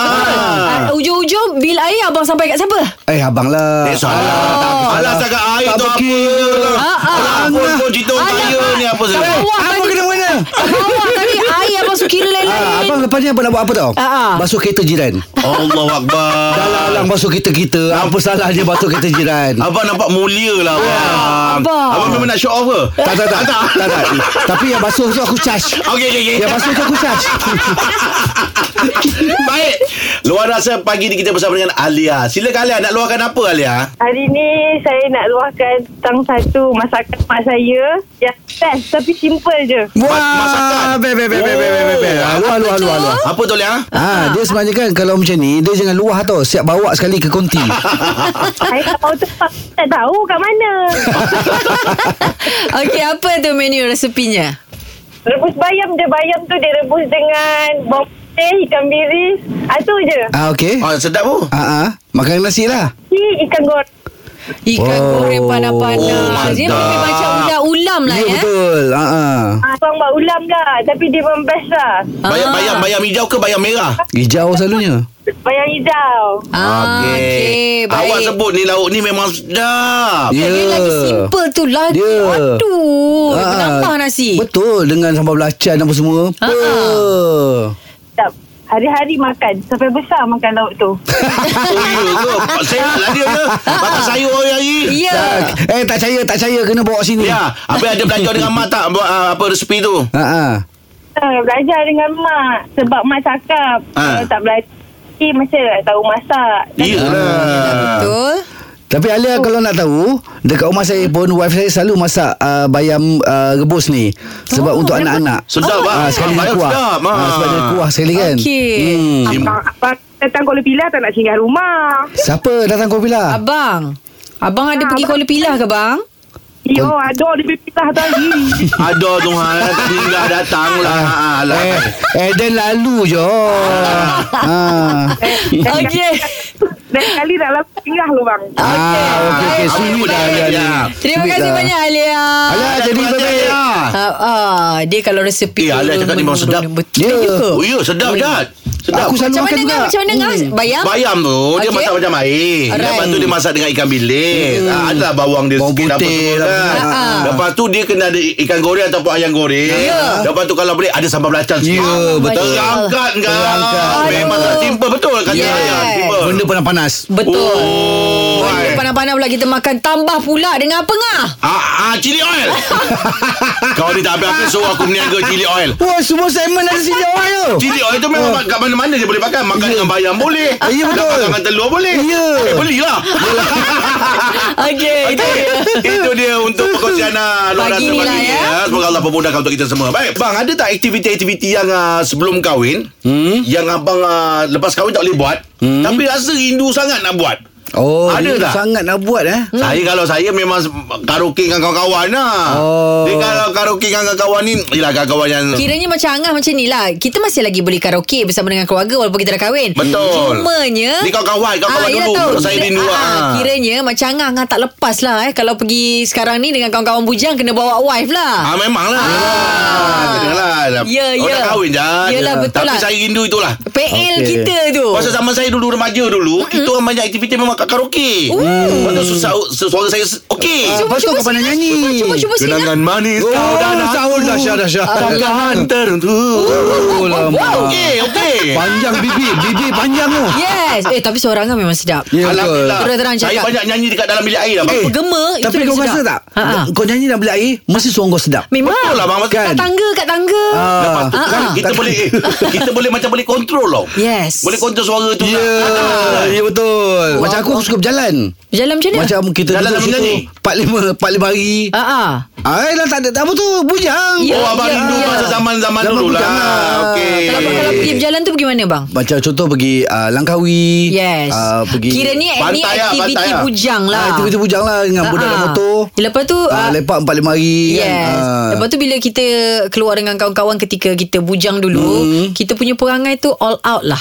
[SPEAKER 3] Ah, Ujung-ujung bil air abang sampai kat siapa?
[SPEAKER 4] Eh abang lah
[SPEAKER 2] Eh, salah. Alah, cakap air
[SPEAKER 4] Tak
[SPEAKER 2] tu apa.
[SPEAKER 4] berkira.
[SPEAKER 3] Ah, ah.
[SPEAKER 2] Ampun, kau cerita saya ni apa
[SPEAKER 3] Kat
[SPEAKER 2] saya.
[SPEAKER 3] bawah
[SPEAKER 4] Ah, Abang
[SPEAKER 3] tadi.
[SPEAKER 4] kena mana
[SPEAKER 3] Kat bawah tadi air abang suka kira
[SPEAKER 4] Ah,
[SPEAKER 3] lain-lain.
[SPEAKER 4] Abang lepas ni abang nak buat apa tau
[SPEAKER 3] Ah, ah.
[SPEAKER 4] Basuh kereta jiran
[SPEAKER 2] Allah Akbar.
[SPEAKER 4] Alang-alang basuh kereta kita Apa salahnya basuh kereta jiran
[SPEAKER 2] Abang nampak mulia lah
[SPEAKER 3] Ah,
[SPEAKER 2] abang.
[SPEAKER 3] abang.
[SPEAKER 2] Abang memang nak show off ke?
[SPEAKER 4] Tak tak tak Tak tak Ya, Tapi yang basuh tu aku charge
[SPEAKER 2] Okey, okey, okey.
[SPEAKER 4] Yang basuh tu aku
[SPEAKER 3] [LAUGHS]
[SPEAKER 4] charge
[SPEAKER 2] Baik. Luar rasa pagi ni kita bersama dengan Alia. Silakan Alia. Nak luahkan apa Alia?
[SPEAKER 7] Hari ni saya nak luahkan tentang satu masakan mak saya yang best tapi simple je.
[SPEAKER 4] Wah
[SPEAKER 2] masakan.
[SPEAKER 4] Be be be be be be, be
[SPEAKER 2] Oh,
[SPEAKER 4] Luar luar luar luar
[SPEAKER 2] Apa tu Alia?
[SPEAKER 4] Ah, dia sebenarnya kan kalau macam ni dia jangan luah tau, siap bawa sekali ke
[SPEAKER 3] [LAUGHS]
[SPEAKER 4] konti.
[SPEAKER 7] saya tak tahu tu tak tahu kat mana.
[SPEAKER 3] [LAUGHS] Okey, apa tu menu resepinya?
[SPEAKER 7] Rebus bayam je. Bayam tu dia rebus dengan bawang putih, ikan biris. Ah, tu je.
[SPEAKER 4] Ah okey.
[SPEAKER 2] Oh, sedap tu.
[SPEAKER 4] Ah ah, makan nasi lah.
[SPEAKER 7] Si ikan goreng.
[SPEAKER 3] Ikan
[SPEAKER 4] Oh,
[SPEAKER 3] goreng panas-panas. Dia
[SPEAKER 2] mantap.
[SPEAKER 3] lebih macam ulam-ulam lah
[SPEAKER 4] ya
[SPEAKER 3] ya.
[SPEAKER 4] betul. Ah ah.
[SPEAKER 7] Ah, Abang buat ulam lah. Tapi dia memang best lah.
[SPEAKER 2] Bayam,
[SPEAKER 3] Ah.
[SPEAKER 2] bayam, bayam hijau ke bayam merah?
[SPEAKER 4] Hijau selalunya.
[SPEAKER 7] Bayam hijau.
[SPEAKER 3] Ah, okey, baik.
[SPEAKER 2] Awak sebut ni lauk ni memang sedap.
[SPEAKER 4] Ya.
[SPEAKER 3] Dia lagi simple tu lagi.
[SPEAKER 4] Dia.
[SPEAKER 3] Aduh,
[SPEAKER 4] Ah, ah.
[SPEAKER 3] menambah Oh, nasi.
[SPEAKER 4] Betul dengan sambal belacan apa semua.
[SPEAKER 3] Ah, ah.
[SPEAKER 4] Puh.
[SPEAKER 7] Sedap. Hari-hari makan. Sampai besar makan lauk tu.
[SPEAKER 2] Oh, ya ke?
[SPEAKER 3] [LAUGHS]
[SPEAKER 2] Sehat lah dia. ya. Makan sayur hari-hari.
[SPEAKER 3] Ya.
[SPEAKER 4] Tak- Eh tak percaya tak percaya kena bawa sini.
[SPEAKER 2] Ya. Habis ada belajar dengan mak tak buat ah, apa resipi tu?
[SPEAKER 4] Ha ah.
[SPEAKER 7] Ah, belajar dengan mak. Sebab mak cakap.
[SPEAKER 2] Ah.
[SPEAKER 7] Ah. tak belajar. Eh, macam tak tahu masak.
[SPEAKER 2] Iyalah.
[SPEAKER 3] Betul.
[SPEAKER 4] Tapi Alia kalau nak tahu Dekat rumah saya pun Wife saya selalu masak uh, Bayam uh, rebus ni Sebab
[SPEAKER 3] Oh,
[SPEAKER 4] untuk
[SPEAKER 3] memang-
[SPEAKER 4] anak-anak
[SPEAKER 2] Sedap
[SPEAKER 4] Ah,
[SPEAKER 2] ah.
[SPEAKER 4] sekali dengan
[SPEAKER 2] Bayam
[SPEAKER 4] kuah.
[SPEAKER 2] Sedap.
[SPEAKER 4] Ah, sebab dia kuah sekali kan.
[SPEAKER 3] Okey.
[SPEAKER 4] Hmm.
[SPEAKER 2] Sim-
[SPEAKER 7] Abang datang Kuala Pilah lah, tak nak singgah rumah.
[SPEAKER 4] Siapa datang lah? kau bila?
[SPEAKER 3] Abang. Abang ada
[SPEAKER 7] Ah,
[SPEAKER 3] pergi
[SPEAKER 7] abang-
[SPEAKER 3] Kuala Pilah ke
[SPEAKER 4] [LAUGHS]
[SPEAKER 3] bang?
[SPEAKER 7] Yo, ada dia pilah tadi.
[SPEAKER 2] Ada
[SPEAKER 3] [LAUGHS]
[SPEAKER 2] Tuhan Tinggal datang lah Alah.
[SPEAKER 4] Eh, eh dia lalu je. Ah.
[SPEAKER 3] Okey.
[SPEAKER 7] Dan kali dah lama singgah lu bang.
[SPEAKER 4] Ah, okey okey
[SPEAKER 2] Baik.
[SPEAKER 4] sweet dah Alia ni.
[SPEAKER 2] Ya.
[SPEAKER 3] Terima
[SPEAKER 4] Sweet
[SPEAKER 3] kasih
[SPEAKER 4] dah.
[SPEAKER 3] banyak Alia.
[SPEAKER 4] lah. Alia jadi
[SPEAKER 2] Terima kasih,
[SPEAKER 4] baik.
[SPEAKER 2] Alia.
[SPEAKER 3] Ah, ah, dia kalau resepi
[SPEAKER 2] Eh, Alia cakap ni memang sedap.
[SPEAKER 3] Betul
[SPEAKER 4] Ya.
[SPEAKER 3] juga.
[SPEAKER 2] Oh ya sedap Jad Sedap
[SPEAKER 4] Aku selalu
[SPEAKER 3] Macam
[SPEAKER 4] makan
[SPEAKER 3] mana
[SPEAKER 4] juga.
[SPEAKER 3] ngah? Macam mana ngah? Bayam?
[SPEAKER 2] Bayam tu Dia
[SPEAKER 3] Okey.
[SPEAKER 2] masak macam air Lepas tu dia masak dengan ikan bilis hmm. ha, Adalah bawang dia
[SPEAKER 4] Bawang
[SPEAKER 2] sikit apa
[SPEAKER 4] putih
[SPEAKER 2] semua
[SPEAKER 4] lah.
[SPEAKER 2] kan
[SPEAKER 3] Ha, ha.
[SPEAKER 2] Lepas tu dia kena ada ikan goreng Ataupun ayam goreng Lepas tu kalau boleh Ada sambal belacan Ah,
[SPEAKER 4] Ya,
[SPEAKER 3] betul.
[SPEAKER 2] Terangkat kan
[SPEAKER 4] Terangkat.
[SPEAKER 2] Memang tak simple betul Kata
[SPEAKER 3] Yes.
[SPEAKER 2] saya
[SPEAKER 4] Benda
[SPEAKER 2] Simple
[SPEAKER 4] pernah panas.
[SPEAKER 3] Betul.
[SPEAKER 2] Oh,
[SPEAKER 3] Benda
[SPEAKER 2] hai.
[SPEAKER 3] panas-panas pula kita makan Tambah pula dengan apa ngah?
[SPEAKER 2] Ah, ah, cili
[SPEAKER 4] [LAUGHS]
[SPEAKER 2] oil Kau ni tak habis-habis Suruh aku meniaga cili oil
[SPEAKER 4] Wah, semua segmen ada sini orang tu.
[SPEAKER 2] Cili oil tu memang kat mana-mana dia boleh pakai. Makan dengan bayam boleh.
[SPEAKER 4] Ya, betul.
[SPEAKER 2] Makan dengan telur boleh.
[SPEAKER 4] Ya.
[SPEAKER 2] Eh, belilah. [LAUGHS]
[SPEAKER 3] Okey. itu
[SPEAKER 2] [LAUGHS] Okey.
[SPEAKER 3] dia.
[SPEAKER 2] [LAUGHS] Itu dia untuk perkongsian ah, luar
[SPEAKER 3] Pagi
[SPEAKER 2] rasa
[SPEAKER 3] ni lah, ya.
[SPEAKER 2] ah. Semoga Allah permudahkan untuk kita semua. Baik, bang, ada tak aktiviti-aktiviti yang ah, sebelum kahwin yang abang ah, lepas kahwin tak boleh buat tapi rasa rindu sangat nak buat?
[SPEAKER 4] Oh,
[SPEAKER 2] Ada
[SPEAKER 4] ada
[SPEAKER 2] tak?
[SPEAKER 4] sangat nak buat eh.
[SPEAKER 2] Hmm. Saya kalau saya memang karaoke dengan kawan-kawan lah.
[SPEAKER 4] Oh.
[SPEAKER 2] Dia kalau karaoke dengan kawan-kawan ni, yelah kawan-kawan yang...
[SPEAKER 3] Kiranya macam Angah macam ni lah Kita masih lagi boleh karaoke Bersama dengan keluarga Walaupun kita dah kahwin
[SPEAKER 2] Betul.
[SPEAKER 3] Cumanya Ah,
[SPEAKER 2] Ni kawan-kawan, kawan-kawan
[SPEAKER 3] yelah
[SPEAKER 2] dulu.
[SPEAKER 3] tahu.
[SPEAKER 2] Kalau saya
[SPEAKER 3] Kira-
[SPEAKER 2] rindu,
[SPEAKER 3] ah,
[SPEAKER 2] ah.
[SPEAKER 3] Kiranya macam Angah Angah tak lepas lah eh. Kalau pergi sekarang ni Dengan kawan-kawan bujang Kena bawa wife
[SPEAKER 2] Ah
[SPEAKER 3] lah
[SPEAKER 2] memang lah.
[SPEAKER 3] Ah.
[SPEAKER 2] Kena lah.
[SPEAKER 3] Ya,
[SPEAKER 2] Orang
[SPEAKER 3] ya.
[SPEAKER 2] dah kahwin je.
[SPEAKER 3] Yelah, betul
[SPEAKER 2] Tapi
[SPEAKER 3] lah.
[SPEAKER 2] saya rindu itulah.
[SPEAKER 3] PL
[SPEAKER 4] Okey.
[SPEAKER 3] kita tu
[SPEAKER 2] Masa zaman saya dulu remaja dulu, mm-hmm. kita orang banyak aktiviti memang kat karaoke. Lepas tu susah suara saya se- okey.
[SPEAKER 4] Ah, Lepas tu
[SPEAKER 3] cuba
[SPEAKER 4] kau pandai
[SPEAKER 3] sini,
[SPEAKER 4] nyanyi.
[SPEAKER 3] Cuba cuba sini
[SPEAKER 2] Kenangan manis
[SPEAKER 4] Oh,
[SPEAKER 2] kau dan
[SPEAKER 4] tahu dah syah dah syah.
[SPEAKER 2] Takkan teruntuk.
[SPEAKER 4] Oh,
[SPEAKER 3] Ah.
[SPEAKER 4] lama.
[SPEAKER 2] Okey, okey.
[SPEAKER 4] Panjang bibi, bibi panjang tu.
[SPEAKER 3] Yes Eh tapi suara Angah memang sedap
[SPEAKER 4] Ya, betul.
[SPEAKER 2] Alhamdulillah.
[SPEAKER 3] Terang-terang
[SPEAKER 2] Saya
[SPEAKER 3] cakap.
[SPEAKER 2] banyak nyanyi dekat dalam bilik air lah. Bang.
[SPEAKER 4] Eh,
[SPEAKER 3] Bergema itu
[SPEAKER 4] Tapi
[SPEAKER 3] lagi
[SPEAKER 4] kau
[SPEAKER 3] sedap.
[SPEAKER 4] rasa tak?
[SPEAKER 3] Ha, ha.
[SPEAKER 4] Kau nyanyi dalam bilik air, mesti suara kau sedap.
[SPEAKER 3] Memang
[SPEAKER 2] Betul lah bang Maksud-
[SPEAKER 3] Kat
[SPEAKER 4] Kan?
[SPEAKER 3] tangga Kat tangga
[SPEAKER 4] Ah.
[SPEAKER 2] Lepas tu
[SPEAKER 3] Ah,
[SPEAKER 2] kan
[SPEAKER 3] ah.
[SPEAKER 2] kita
[SPEAKER 4] Tak-
[SPEAKER 2] boleh eh, kita boleh macam boleh kontrol tau.
[SPEAKER 3] Yes.
[SPEAKER 2] Boleh kontrol suara tu. lah. Ah, kan?
[SPEAKER 4] Ya,
[SPEAKER 3] Ah.
[SPEAKER 2] tak?
[SPEAKER 4] ya betul. Macam aku, aku suka berjalan.
[SPEAKER 3] Berjalan macam mana?
[SPEAKER 4] Macam kita
[SPEAKER 2] Jalan
[SPEAKER 4] duduk
[SPEAKER 2] sambil
[SPEAKER 4] situ
[SPEAKER 2] nyanyi.
[SPEAKER 4] 45 45 hari.
[SPEAKER 3] Ah, ah.
[SPEAKER 2] Eh.
[SPEAKER 4] Ah, dah tak ada tak apa tu, bujang.
[SPEAKER 3] Ya,
[SPEAKER 2] Oh abang
[SPEAKER 3] ya,
[SPEAKER 2] rindu
[SPEAKER 3] ya.
[SPEAKER 2] masa zaman-zaman
[SPEAKER 4] Zaman
[SPEAKER 2] dulu lah.
[SPEAKER 4] bujang lah.
[SPEAKER 2] Okey.
[SPEAKER 3] Kalau kalau pergi berjalan tu pergi mana bang?
[SPEAKER 4] Macam contoh pergi uh, Langkawi
[SPEAKER 3] Yes.
[SPEAKER 4] uh, pergi
[SPEAKER 3] Kira ni ni
[SPEAKER 2] Pantai lah,
[SPEAKER 3] aktiviti
[SPEAKER 2] pantai lah.
[SPEAKER 3] bujang lah.
[SPEAKER 4] Ah, aktiviti bujang lah Dengan budak dalam
[SPEAKER 3] Ah.
[SPEAKER 4] motor
[SPEAKER 3] Lepas tu,
[SPEAKER 4] uh,
[SPEAKER 3] ah,
[SPEAKER 4] Lepak 4-5 hari
[SPEAKER 3] Yes.
[SPEAKER 4] kan? Ah.
[SPEAKER 3] Lepas tu bila kita keluar dengan kawan-kawan ketika kita bujang dulu, kita punya perangai tu all out lah.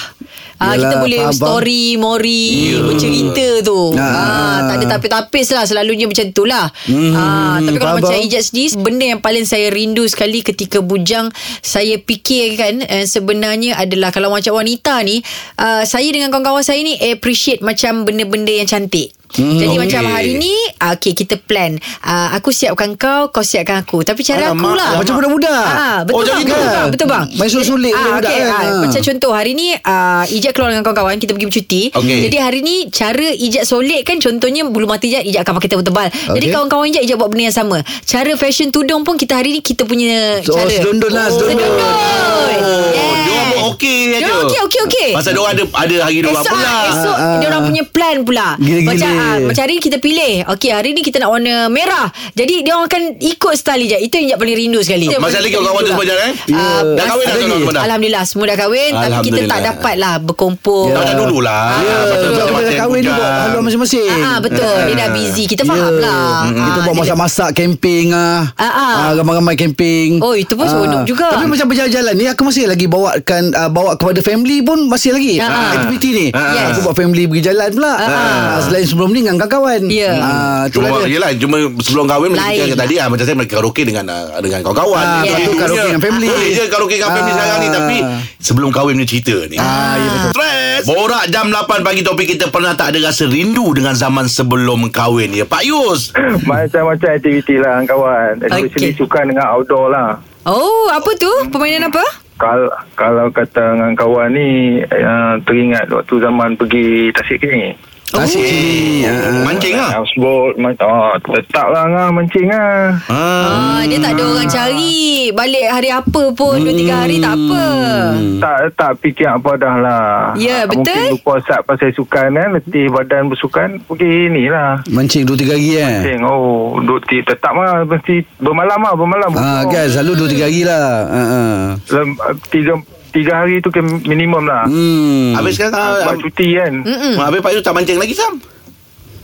[SPEAKER 3] Ah, kita
[SPEAKER 4] Hmm. Yalah,
[SPEAKER 3] boleh
[SPEAKER 4] faham,
[SPEAKER 3] story, mori,
[SPEAKER 2] Ya.
[SPEAKER 3] bercerita tu.
[SPEAKER 4] Ah. Hmm,
[SPEAKER 3] Ah, tak ada tapis-tapis lah selalunya macam tu lah. Ah, tapi kalau
[SPEAKER 4] faham,
[SPEAKER 3] macam
[SPEAKER 4] faham.
[SPEAKER 3] Ijaz sendiri, benda yang paling saya rindu sekali ketika bujang, saya fikirkan eh, sebenarnya adalah kalau macam wanita ni, ah, saya dengan kawan-kawan saya ni appreciate macam benda-benda yang cantik.
[SPEAKER 4] Hmm,
[SPEAKER 3] Jadi okay. macam hari ni ah, Okay kita plan ah, Aku siapkan kau Kau siapkan aku Tapi cara
[SPEAKER 2] Alamak,
[SPEAKER 3] aku lah
[SPEAKER 2] alamak.
[SPEAKER 4] Macam budak-budak.
[SPEAKER 3] ah, Betul
[SPEAKER 2] Oh, jadi tu.
[SPEAKER 3] bang, betul bang, betul bang.
[SPEAKER 4] Main sulit-sulit
[SPEAKER 3] ah,
[SPEAKER 4] budak-budak
[SPEAKER 3] okay,
[SPEAKER 4] kan.
[SPEAKER 3] ah,
[SPEAKER 4] Ah.
[SPEAKER 3] Macam contoh hari ni ah, Ijat keluar dengan kawan-kawan Kita pergi bercuti
[SPEAKER 2] Okey.
[SPEAKER 3] Jadi hari ni Cara Ijat solek kan Contohnya bulu mata Ijat Ijat akan pakai tebal-tebal Jadi
[SPEAKER 4] Okey.
[SPEAKER 3] kawan-kawan Ijat Ijat buat benda yang sama Cara fashion tudung pun Kita hari ni kita punya
[SPEAKER 4] Oh,
[SPEAKER 3] cara
[SPEAKER 4] sedondon lah, sedondon.
[SPEAKER 3] Sedondon
[SPEAKER 2] Oh,
[SPEAKER 3] Yes.
[SPEAKER 2] diorang pun okey je.
[SPEAKER 3] Diorang okey, okey, okey.
[SPEAKER 2] Pasal diorang ada ada hari diorang
[SPEAKER 3] Esok
[SPEAKER 2] pula.
[SPEAKER 3] ah, Esok
[SPEAKER 4] Ah, ah.
[SPEAKER 3] dia orang punya plan pula
[SPEAKER 4] Gila-gila.
[SPEAKER 3] Macam ah, Macam hari ni kita pilih Okey hari ni kita nak warna merah Jadi dia orang akan Ikut style je Itu yang Ijat paling rindu sekali Itu yang
[SPEAKER 2] Masih lagi
[SPEAKER 3] paling kita
[SPEAKER 2] kawan-kawan tu
[SPEAKER 3] rindu lah.
[SPEAKER 2] sepanjang eh?
[SPEAKER 3] Ah,
[SPEAKER 2] Dah kahwin dah tuan-tuan
[SPEAKER 4] Ada lagi?
[SPEAKER 2] semua dah?
[SPEAKER 3] Alhamdulillah semua dah kahwin Tapi kita tak
[SPEAKER 2] Alhamdulillah.
[SPEAKER 3] dapat lah Berkumpul
[SPEAKER 2] Tak dah dulu lah.
[SPEAKER 4] Ya,
[SPEAKER 2] Pasal macam
[SPEAKER 4] sebab kita dah
[SPEAKER 2] macam
[SPEAKER 4] kahwin tu
[SPEAKER 2] hujan.
[SPEAKER 4] buat haluan masing-masing.
[SPEAKER 3] Ah, ah, betul. Dia dah busy. Kita faham lah. Ah,
[SPEAKER 4] Ya. Kita buat
[SPEAKER 3] dia-
[SPEAKER 4] masak-masak Camping ah.
[SPEAKER 3] Ah, ah.
[SPEAKER 4] ah Ramai-ramai camping
[SPEAKER 3] Oh, itu pun
[SPEAKER 4] Ah.
[SPEAKER 3] seronok juga.
[SPEAKER 4] Tapi macam berjalan-jalan ni Aku masih lagi bawakan ah, Bawa kepada family pun Masih lagi
[SPEAKER 3] Ah, ah.
[SPEAKER 4] Aktiviti ni
[SPEAKER 2] Ah,
[SPEAKER 3] ah.
[SPEAKER 4] Aku buat family pergi jalan pula Ah, Selain sebelum ni Dengan kawan-kawan
[SPEAKER 3] Ya.
[SPEAKER 4] Ah, itulah
[SPEAKER 2] Cuma
[SPEAKER 4] dia.
[SPEAKER 2] yelah Cuma sebelum kahwin
[SPEAKER 3] Lain.
[SPEAKER 2] Macam tadi lah Macam saya mereka karaoke Dengan ah, dengan kawan-kawan
[SPEAKER 4] Ah,
[SPEAKER 2] Itu
[SPEAKER 3] betul,
[SPEAKER 2] rindunya.
[SPEAKER 4] karaoke dengan family.
[SPEAKER 2] Boleh je karaoke dengan family
[SPEAKER 4] Ah.
[SPEAKER 2] sekarang ni Tapi Sebelum kahwin punya cerita ni ah, ya, betul. Stress Borak jam 8 pagi Topik kita pernah tak ada rasa rindu Dengan zaman sebelum kahwin ya Pak Yus
[SPEAKER 6] Macam-macam aktiviti lah kawan
[SPEAKER 3] Okey.
[SPEAKER 6] Especially okay. sukan dengan outdoor lah
[SPEAKER 3] Oh, apa tu? Permainan apa?
[SPEAKER 6] kalau, kalau kata dengan kawan ni uh, Teringat waktu zaman pergi Tasik Kini
[SPEAKER 4] Asyik sini Ah, ah.
[SPEAKER 2] Mancing lah
[SPEAKER 6] Houseboat ma- oh, Tetap lah ngah, mancing lah
[SPEAKER 3] Ah, dia tak ada orang cari. Balik hari apa pun, 2 3 hari tak apa.
[SPEAKER 4] Hmm.
[SPEAKER 6] Tak tak fikir apa dah lah
[SPEAKER 3] Ya, betul.
[SPEAKER 6] Mungkin lupa sat pasal sukan kan Letih badan bersukan Pergi ni lah
[SPEAKER 4] Mancing 2-3 hari eh
[SPEAKER 6] Mancing Oh duduk ti- tetap lah Mesti bermalam lah Bermalam
[SPEAKER 4] Ah,
[SPEAKER 6] Oh,
[SPEAKER 4] kan Selalu 2-3 hari lah Ah, ah.
[SPEAKER 6] lem- Tiga Tiga hari tu ke minimum lah
[SPEAKER 4] Hmm
[SPEAKER 2] Habis sekarang ah,
[SPEAKER 6] Sebab cuti kan
[SPEAKER 3] Hmm.
[SPEAKER 2] ah, Habis Pak Yus tak mancing lagi Sam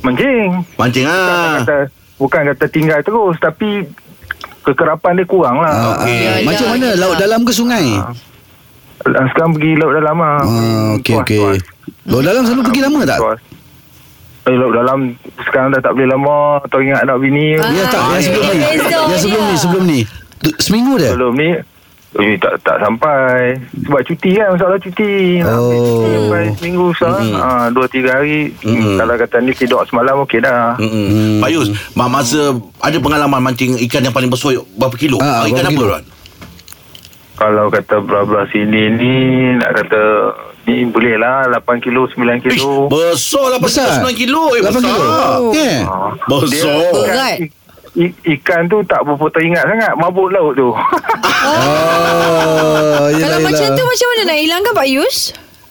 [SPEAKER 6] Mancing
[SPEAKER 2] Mancing
[SPEAKER 4] Ah.
[SPEAKER 6] Bukan
[SPEAKER 2] lah
[SPEAKER 6] kata Bukan kata tinggal terus Tapi Kekerapan dia kurang lah
[SPEAKER 4] Ah, ah.
[SPEAKER 2] Okey. ah.
[SPEAKER 4] Macam mana
[SPEAKER 3] Yalah,
[SPEAKER 4] Laut
[SPEAKER 3] yalah.
[SPEAKER 4] dalam ke sungai
[SPEAKER 6] Ah, Sekarang pergi laut dalam lah
[SPEAKER 4] Ah, okey
[SPEAKER 6] Tuas,
[SPEAKER 4] okey.
[SPEAKER 6] tuas.
[SPEAKER 4] Laut dalam selalu pergi lama tak?
[SPEAKER 6] Tuas. Eh, laut dalam Sekarang dah tak boleh lama Teringat nak bini
[SPEAKER 4] Ya tak,
[SPEAKER 3] Ah,
[SPEAKER 4] yang sebelum ni.
[SPEAKER 3] beza
[SPEAKER 4] Yang sebelum
[SPEAKER 3] dia.
[SPEAKER 4] ni, sebelum ni. Tu- Seminggu dah.
[SPEAKER 6] Sebelum ni Eh, tak tak sampai Sebab cuti kan Masalah cuti
[SPEAKER 4] Oh.
[SPEAKER 6] Sampai seminggu sah mm. ha, Dua tiga hari mm. Kalau kata ni tidur semalam Okey dah
[SPEAKER 4] Hmm.
[SPEAKER 6] mm.
[SPEAKER 2] Mm-mm. Pak Yus ma- Masa Ada pengalaman mancing Ikan yang paling besar Berapa kilo
[SPEAKER 4] Ah,
[SPEAKER 2] ah, Ikan
[SPEAKER 4] berapa
[SPEAKER 2] apa
[SPEAKER 4] kilo?
[SPEAKER 2] Ron
[SPEAKER 6] Kalau kata belah-belah sini ni Nak kata Ni boleh lah 8 kilo 9
[SPEAKER 2] Ish,
[SPEAKER 6] kilo
[SPEAKER 2] besar lah
[SPEAKER 4] Besar.
[SPEAKER 2] besar 9 kilo eh,
[SPEAKER 4] 8
[SPEAKER 2] besar.
[SPEAKER 4] kilo. Ya.
[SPEAKER 6] Ah,
[SPEAKER 2] Besar.
[SPEAKER 6] ikan-
[SPEAKER 3] Berat.
[SPEAKER 6] i- i- Ikan tu tak berapa teringat sangat Mabuk laut
[SPEAKER 3] [LAUGHS]
[SPEAKER 6] tu
[SPEAKER 4] Oh, Ah,
[SPEAKER 3] Kalau
[SPEAKER 4] yelah,
[SPEAKER 3] macam
[SPEAKER 4] yelah.
[SPEAKER 3] tu macam mana nak hilangkan Pak Yus?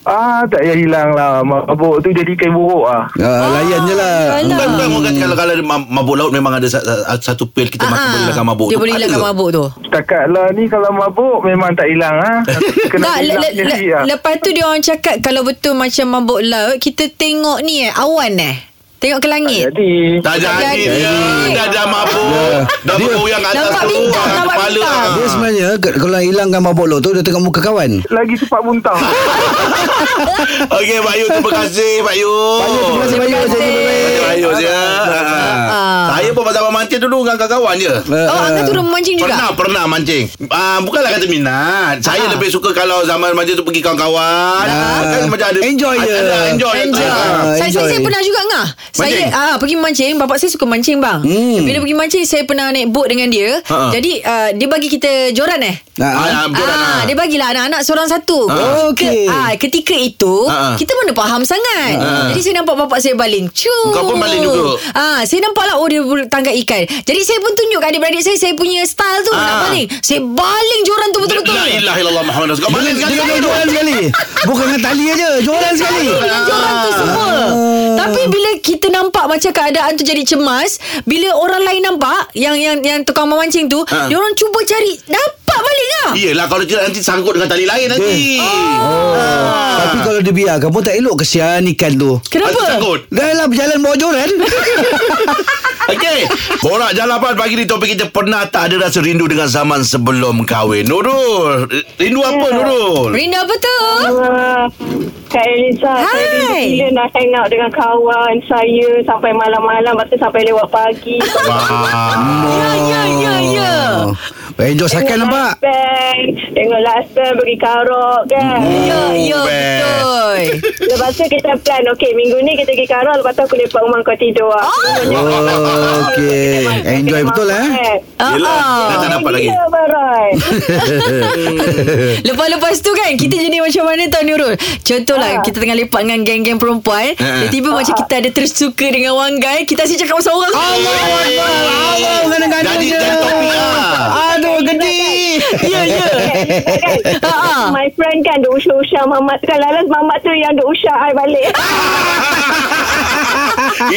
[SPEAKER 6] Ah tak payah hilang lah Mabuk tu jadi kain buruk lah
[SPEAKER 4] Ah, layan je lah.
[SPEAKER 3] Yalah.
[SPEAKER 2] Bukan bukan orang kata kalau kalau ada ma- mabuk laut memang ada sa- sa- satu pil kita
[SPEAKER 3] Ah,
[SPEAKER 2] makan
[SPEAKER 3] ah.
[SPEAKER 2] boleh hilangkan mabuk.
[SPEAKER 3] Dia
[SPEAKER 2] tu.
[SPEAKER 3] boleh
[SPEAKER 2] Ada
[SPEAKER 3] hilangkan
[SPEAKER 2] ke?
[SPEAKER 3] mabuk tu
[SPEAKER 6] Setakat lah ni kalau mabuk memang tak hilang
[SPEAKER 3] [LAUGHS]
[SPEAKER 6] ha.
[SPEAKER 3] tak, le, le, le,
[SPEAKER 6] sendiri, ah.
[SPEAKER 3] lepas tu dia orang cakap kalau betul macam mabuk laut, kita tengok ni eh, awan eh. Tengok ke langit.
[SPEAKER 6] Jadi
[SPEAKER 2] Dah jadi
[SPEAKER 3] jadi.
[SPEAKER 2] dia. Dah dah mabuk. Dah bergoyang atas
[SPEAKER 3] Nampak
[SPEAKER 2] tu,
[SPEAKER 3] bintang,
[SPEAKER 2] ah,
[SPEAKER 3] nampak
[SPEAKER 2] kepala,
[SPEAKER 3] bintang.
[SPEAKER 2] ah.
[SPEAKER 4] Dia sebenarnya ke- kalau nak hilangkan mabuk laut tu dia tengok muka kawan.
[SPEAKER 6] lagi cepat muntah.
[SPEAKER 2] Okey Pak Yu terima kasih Pak Yu. Pak Yu
[SPEAKER 4] Terima kasih banyak. Janji baik-baik.
[SPEAKER 2] Pak Yu ya.
[SPEAKER 3] Ah.
[SPEAKER 2] Saya pun pasal mancing dulu dengan kawan-kawan je.
[SPEAKER 4] Ah,
[SPEAKER 3] Oh,
[SPEAKER 4] ah.
[SPEAKER 3] angkat turun memancing
[SPEAKER 2] Pernah
[SPEAKER 3] juga.
[SPEAKER 2] pernah mancing uh, Bukanlah kata minat Saya
[SPEAKER 3] Ah.
[SPEAKER 2] lebih suka Kalau zaman mancing tu Pergi kawan-kawan Kan macam ada
[SPEAKER 4] Ah. Enjoy je.
[SPEAKER 2] ada, Enjoy,
[SPEAKER 3] Enjoy.
[SPEAKER 2] Ah.
[SPEAKER 4] Ah,
[SPEAKER 3] saya, saya,
[SPEAKER 4] enjoy.
[SPEAKER 3] saya pernah juga ngah. Saya
[SPEAKER 2] Mancing?
[SPEAKER 3] ah pergi mancing, bapak saya suka mancing bang.
[SPEAKER 4] Hmm.
[SPEAKER 3] Bila pergi mancing saya pernah naik boat dengan dia.
[SPEAKER 2] Ha-ha.
[SPEAKER 3] Jadi ah, dia bagi kita joran eh.
[SPEAKER 4] Ah,
[SPEAKER 2] Ha,
[SPEAKER 4] ah.
[SPEAKER 2] Ah, Ha, betul lah,
[SPEAKER 3] Ah,
[SPEAKER 2] ah.
[SPEAKER 3] dia bagilah anak-anak seorang satu.
[SPEAKER 4] Ah. Okey.
[SPEAKER 3] Ke, ah, ketika itu
[SPEAKER 2] Ah, ah.
[SPEAKER 3] kita mana faham sangat.
[SPEAKER 2] Ah.
[SPEAKER 3] Jadi saya nampak bapak saya baling. Cu.
[SPEAKER 2] Kau pun baling juga.
[SPEAKER 3] Ah, saya nampaklah oh dia boleh tangkap ikan. Jadi saya pun tunjuk kat adik-beradik saya saya punya style tu nak
[SPEAKER 2] Ah.
[SPEAKER 3] baling. Saya baling joran tu betul-betul.
[SPEAKER 2] La ilaha illallah Muhammad Rasul Kau
[SPEAKER 4] Dia
[SPEAKER 2] balik
[SPEAKER 4] dia
[SPEAKER 2] dengan
[SPEAKER 4] kena
[SPEAKER 2] saya tu
[SPEAKER 4] jualan sekali. Bukan dengan tali aja, jualan sekali.
[SPEAKER 2] Ah.
[SPEAKER 3] Yang Joran tu semua Tapi bila kita nampak Macam keadaan tu jadi cemas Bila orang lain nampak Yang yang yang tukang memancing tu
[SPEAKER 2] Ha.
[SPEAKER 3] Dia orang cuba cari Dapat tak balik ngah?
[SPEAKER 2] Yelah kalau tidak nanti sangkut dengan tali lain nanti Ah.
[SPEAKER 4] Oh. Tapi kalau dia biarkan pun tak elok kesian ikan tu.
[SPEAKER 2] Nanti
[SPEAKER 3] Kenapa?
[SPEAKER 2] sangkut
[SPEAKER 4] Dah lah berjalan bawa joran.
[SPEAKER 2] Okey Borak jalapan pagi ni topik kita Pernah tak ada rasa rindu dengan zaman sebelum kahwin Nurul Rindu apa
[SPEAKER 7] Ya.
[SPEAKER 2] Nurul?
[SPEAKER 3] Rinda betul.
[SPEAKER 7] Ah, Kak Elisa Saya
[SPEAKER 3] Hai.
[SPEAKER 7] rindu gila nak hang out dengan kawan saya Sampai malam-malam Lepas tu sampai lewat pagi
[SPEAKER 2] Wah
[SPEAKER 3] Ya, ya, ya, ya.
[SPEAKER 4] Oh. Enjoy sakan nampak.
[SPEAKER 7] last band Tengok last band Pergi karok kan
[SPEAKER 3] Ya,
[SPEAKER 4] Hmm.
[SPEAKER 3] ya,
[SPEAKER 2] best. [LAUGHS]
[SPEAKER 3] betul.
[SPEAKER 7] Lepas tu kita plan Okay minggu ni kita pergi karok Lepas tu aku lepak rumah kau tidur ah.
[SPEAKER 4] Oh, okey. Enjoy betul eh.
[SPEAKER 2] Yelah
[SPEAKER 3] Ah,
[SPEAKER 2] Dah tak dapat lagi
[SPEAKER 7] Ya Barat
[SPEAKER 3] Lepas-lepas tu kan Kita jadi macam mana tau Nurul Contohlah Kita tengah lepak dengan geng-geng perempuan
[SPEAKER 2] Ah.
[SPEAKER 3] Tiba-tiba macam kita ada tersuka dengan one guy Kita asyik cakap pasal orang
[SPEAKER 4] Allah,
[SPEAKER 2] Jadi jadi topik lah
[SPEAKER 4] [LAUGHS] Aduh, gedi.
[SPEAKER 3] [LAUGHS] Ya, ya Ah, ah.
[SPEAKER 7] Kan? My friend kan Duk usah-usah mamat tu kan Lalas mamat tu yang duk usah I balik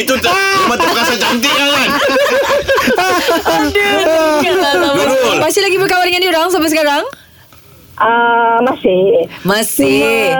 [SPEAKER 2] Itu tu
[SPEAKER 4] Ah.
[SPEAKER 2] Memang tu perasaan cantik lah kan Nurul.
[SPEAKER 3] Masih lagi berkawan dengan dia orang Sampai sekarang
[SPEAKER 7] Ah, Masih
[SPEAKER 3] Masih